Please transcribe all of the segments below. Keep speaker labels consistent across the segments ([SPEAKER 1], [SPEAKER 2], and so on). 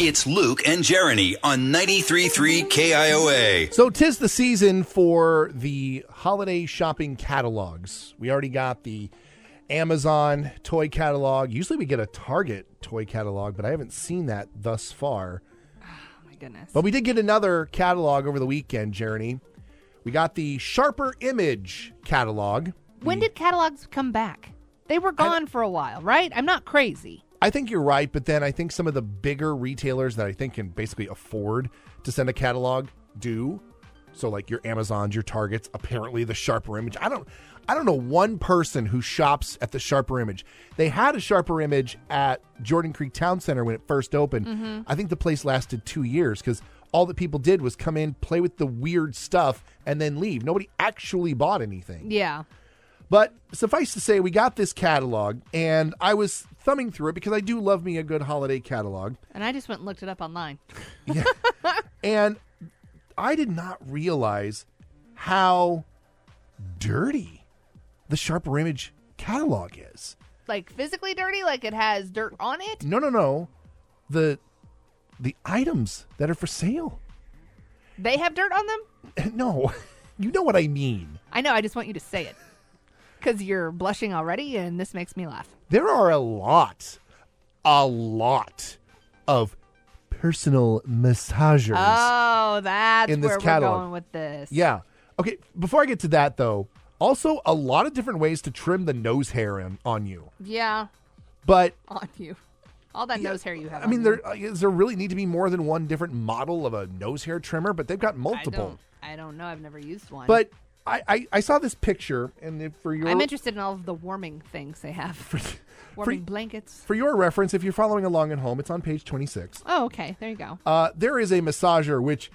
[SPEAKER 1] It's Luke and Jeremy on 93.3 KIOA.
[SPEAKER 2] So tis the season for the holiday shopping catalogs. We already got the Amazon toy catalog. Usually we get a Target toy catalog, but I haven't seen that thus far.
[SPEAKER 3] Oh my goodness.
[SPEAKER 2] But we did get another catalog over the weekend, Jeremy. We got the Sharper Image catalog.
[SPEAKER 3] when did catalogs come back? They were gone for a while, right? I'm not crazy.
[SPEAKER 2] I think you're right, but then I think some of the bigger retailers that I think can basically afford to send a catalog do. So like your Amazons, your Targets, apparently the Sharper Image. I don't I don't know one person who shops at the Sharper Image. They had a Sharper Image at Jordan Creek Town Center when it first opened. I think the place lasted 2 years cuz all that people did was come in, play with the weird stuff and then leave. Nobody actually bought anything.
[SPEAKER 3] Yeah.
[SPEAKER 2] But suffice to say, we got this catalog, and I was thumbing through it because I do love me a good holiday catalog.
[SPEAKER 3] And I just went and looked it up online.
[SPEAKER 2] And I did not realize how dirty the Sharper Image catalog is.
[SPEAKER 3] Like physically dirty, like it has dirt on it.
[SPEAKER 2] No, no, no. The the items that are for sale.
[SPEAKER 3] They have dirt on them.
[SPEAKER 2] No, you know what I mean.
[SPEAKER 3] I know, I just want you to say it. Because you're blushing already, and this makes me laugh.
[SPEAKER 2] there are a lot, a lot of personal massagers.
[SPEAKER 3] Oh, that's
[SPEAKER 2] In this
[SPEAKER 3] where
[SPEAKER 2] catalog.
[SPEAKER 3] we're going with this.
[SPEAKER 2] Yeah. Okay. Before I get to that, though, also a lot of different ways to trim the nose hair in, on you.
[SPEAKER 3] Yeah.
[SPEAKER 2] But
[SPEAKER 3] On you. All that nose hair you have.
[SPEAKER 2] I
[SPEAKER 3] on
[SPEAKER 2] mean,
[SPEAKER 3] you.
[SPEAKER 2] there uh, is there really need to be more than one different model of a nose hair trimmer? But they've got
[SPEAKER 3] I don't,
[SPEAKER 2] multiple.
[SPEAKER 3] I don't know. I've never used one.
[SPEAKER 2] But I, I I saw this picture, and if for your
[SPEAKER 3] I'm interested in all of the warming things they have warming blankets.
[SPEAKER 2] for your reference, if you're following along at home, it's on page 26.
[SPEAKER 3] Oh, okay. There you go.
[SPEAKER 2] Uh, there is a massager which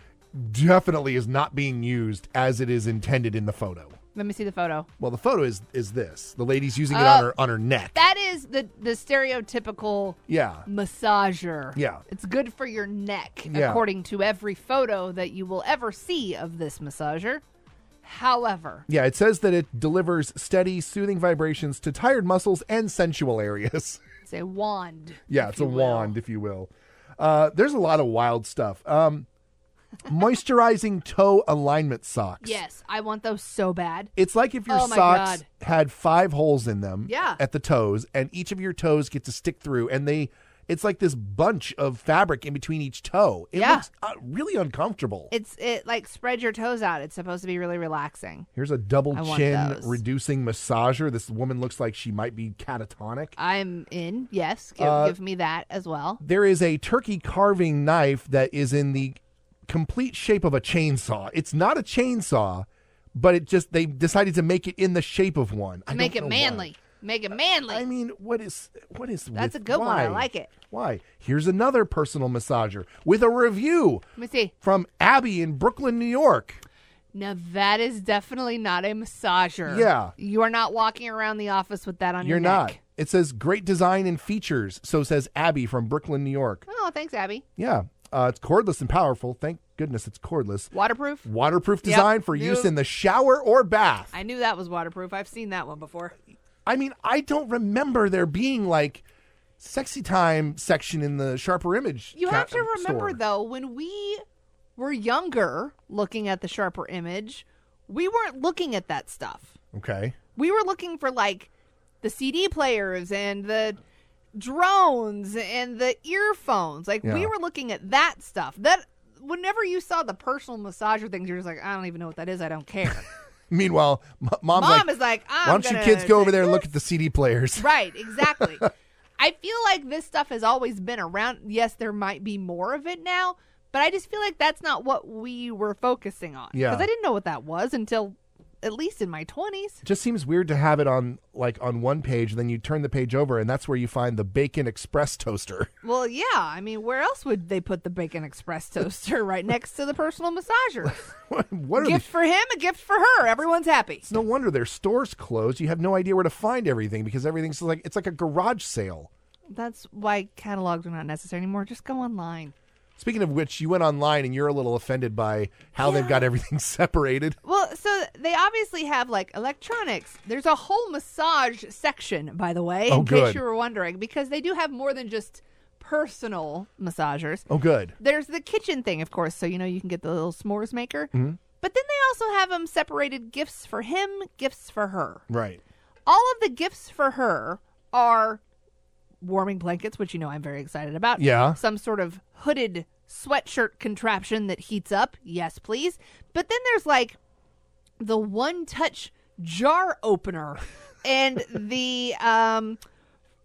[SPEAKER 2] definitely is not being used as it is intended in the photo.
[SPEAKER 3] Let me see the photo.
[SPEAKER 2] Well, the photo is is this. The lady's using it on
[SPEAKER 3] Oh.
[SPEAKER 2] her on her neck.
[SPEAKER 3] That is the the stereotypical
[SPEAKER 2] yeah.
[SPEAKER 3] massager.
[SPEAKER 2] Yeah.
[SPEAKER 3] It's good for your neck,
[SPEAKER 2] Yeah.
[SPEAKER 3] according to every photo that you will ever see of this massager. However,
[SPEAKER 2] Yeah, it says that it delivers steady, soothing vibrations to tired muscles and sensual areas.
[SPEAKER 3] it's a wand.
[SPEAKER 2] yeah,
[SPEAKER 3] if
[SPEAKER 2] it's a
[SPEAKER 3] you will.
[SPEAKER 2] wand, if you will. Uh, there's a lot of wild stuff. Um, moisturizing toe alignment socks.
[SPEAKER 3] Yes, I want those so bad.
[SPEAKER 2] It's like if your
[SPEAKER 3] Oh my
[SPEAKER 2] socks
[SPEAKER 3] God.
[SPEAKER 2] had five holes in them
[SPEAKER 3] Yeah.
[SPEAKER 2] at the toes, and each of your toes get to stick through, and they. It's like this bunch of fabric in between each toe. It
[SPEAKER 3] Yeah.
[SPEAKER 2] looks uh, really uncomfortable.
[SPEAKER 3] It's it like spread your toes out. It's supposed to be really relaxing.
[SPEAKER 2] Here's a double
[SPEAKER 3] I want
[SPEAKER 2] chin
[SPEAKER 3] those.
[SPEAKER 2] reducing massager. This woman looks like she might be catatonic.
[SPEAKER 3] I'm in. Yes, give,
[SPEAKER 2] Uh,
[SPEAKER 3] give me that as well.
[SPEAKER 2] there is a turkey carving knife that is in the complete shape of a chainsaw. It's not a chainsaw, but it just they decided to make it in the shape of one. I
[SPEAKER 3] Make
[SPEAKER 2] don't
[SPEAKER 3] it
[SPEAKER 2] know
[SPEAKER 3] manly. Make it manly.
[SPEAKER 2] why. I mean, what is what is
[SPEAKER 3] That's
[SPEAKER 2] with-
[SPEAKER 3] a good one. I
[SPEAKER 2] why?
[SPEAKER 3] like it.
[SPEAKER 2] Why? Here's another personal massager with a review
[SPEAKER 3] Let me see.
[SPEAKER 2] from Abby in Brooklyn, New York.
[SPEAKER 3] Now that is definitely not a massager.
[SPEAKER 2] Yeah.
[SPEAKER 3] you are not walking around the office with that on
[SPEAKER 2] You're
[SPEAKER 3] your
[SPEAKER 2] not.
[SPEAKER 3] neck.
[SPEAKER 2] It says great design and features. So says Abby from Brooklyn, New York.
[SPEAKER 3] Oh, thanks, Abby.
[SPEAKER 2] Yeah, uh, it's cordless and powerful. Thank goodness it's cordless.
[SPEAKER 3] Waterproof.
[SPEAKER 2] Waterproof design for
[SPEAKER 3] Yep.
[SPEAKER 2] use in the shower or bath.
[SPEAKER 3] I knew that was waterproof. I've seen that one before.
[SPEAKER 2] I mean, I don't remember there being like sexy time section in the sharper image.
[SPEAKER 3] You
[SPEAKER 2] ca-
[SPEAKER 3] have to remember
[SPEAKER 2] store.
[SPEAKER 3] though, when we were younger, looking at the sharper image, we weren't looking at that stuff.
[SPEAKER 2] Okay.
[SPEAKER 3] We were looking for like the CD players and the drones and the earphones. Like
[SPEAKER 2] Yeah.
[SPEAKER 3] we were looking at that stuff. That whenever you saw the personal massager things, you're just like, I don't even know what that is. I don't care.
[SPEAKER 2] Meanwhile, m- mom's
[SPEAKER 3] Mom
[SPEAKER 2] like,
[SPEAKER 3] is like, I'm
[SPEAKER 2] "Why don't you
[SPEAKER 3] gonna
[SPEAKER 2] kids go over
[SPEAKER 3] take
[SPEAKER 2] there and
[SPEAKER 3] this."
[SPEAKER 2] look at the CD players?"
[SPEAKER 3] Right, exactly. I feel like this stuff has always been around. Yes, there might be more of it now, but I just feel like that's not what we were focusing on.
[SPEAKER 2] Yeah.
[SPEAKER 3] Because I didn't know what that was until at least in my 20s.
[SPEAKER 2] It just seems weird to have it on like on one page, and then you turn the page over, and that's where you find the Bacon Express toaster.
[SPEAKER 3] Well, yeah. I mean, where else would they put the Bacon Express toaster right next to the personal massager?
[SPEAKER 2] what are
[SPEAKER 3] gift
[SPEAKER 2] these?
[SPEAKER 3] for him, a gift for her. Everyone's happy.
[SPEAKER 2] It's no wonder their stores closed. You have no idea where to find everything because everything's like it's like a garage sale.
[SPEAKER 3] That's why catalogs are not necessary anymore. Just go online.
[SPEAKER 2] Speaking of which, you went online and you're a little offended by how they've got everything separated.
[SPEAKER 3] Well, so they obviously have like electronics. There's a whole massage section, by the way,
[SPEAKER 2] Oh,
[SPEAKER 3] in case
[SPEAKER 2] good.
[SPEAKER 3] you were wondering, because they do have more than just personal massagers.
[SPEAKER 2] Oh, good.
[SPEAKER 3] There's the kitchen thing, of course, so you know you can get the little s'mores maker. But then they also have them separated gifts for him, gifts for her.
[SPEAKER 2] Right.
[SPEAKER 3] All of the gifts for her are warming blankets, which you know I'm very excited about.
[SPEAKER 2] Yeah.
[SPEAKER 3] Some sort of hooded sweatshirt contraption that heats up. Yes, please. But then there's like the one touch jar opener and the um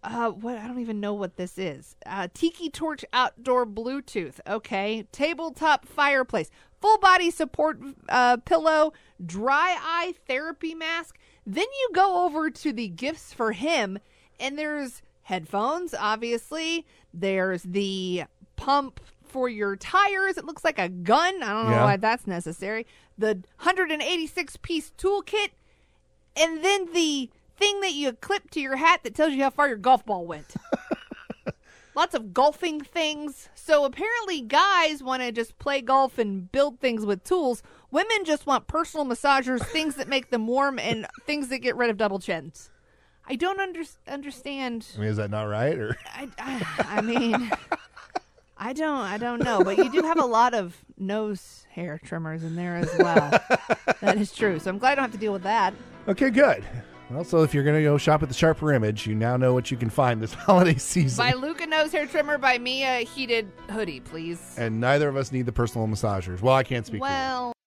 [SPEAKER 3] uh what I don't even know what this is. Uh Tiki Torch outdoor Bluetooth. Okay. Tabletop fireplace. Full body support uh pillow, dry eye therapy mask. Then you go over to the gifts for him and there's headphones, obviously. There's the pump for your tires. It looks like a gun. I don't know
[SPEAKER 2] Yeah.
[SPEAKER 3] why that's necessary. The 186 piece toolkit, and then the thing that you clip to your hat that tells you how far your golf ball went. Lots of golfing things. So apparently, guys want to just play golf and build things with tools. Women just want personal massagers, things that make them warm, and things that get rid of double chins. I don't under- understand.
[SPEAKER 2] I mean, is that not right? Or
[SPEAKER 3] I, I, I mean, I don't, I don't know, but you do have a lot of nose hair trimmers in there as well. that is true. So I'm glad I don't have to deal with that.
[SPEAKER 2] okay, good. Also, if you're gonna go shop at the Sharper Image, you now know what you can find this holiday season.
[SPEAKER 3] Buy Luca nose hair trimmer. Buy me a heated hoodie, please.
[SPEAKER 2] and neither of us need the personal massagers. Well, I can't speak. for you.
[SPEAKER 3] Well.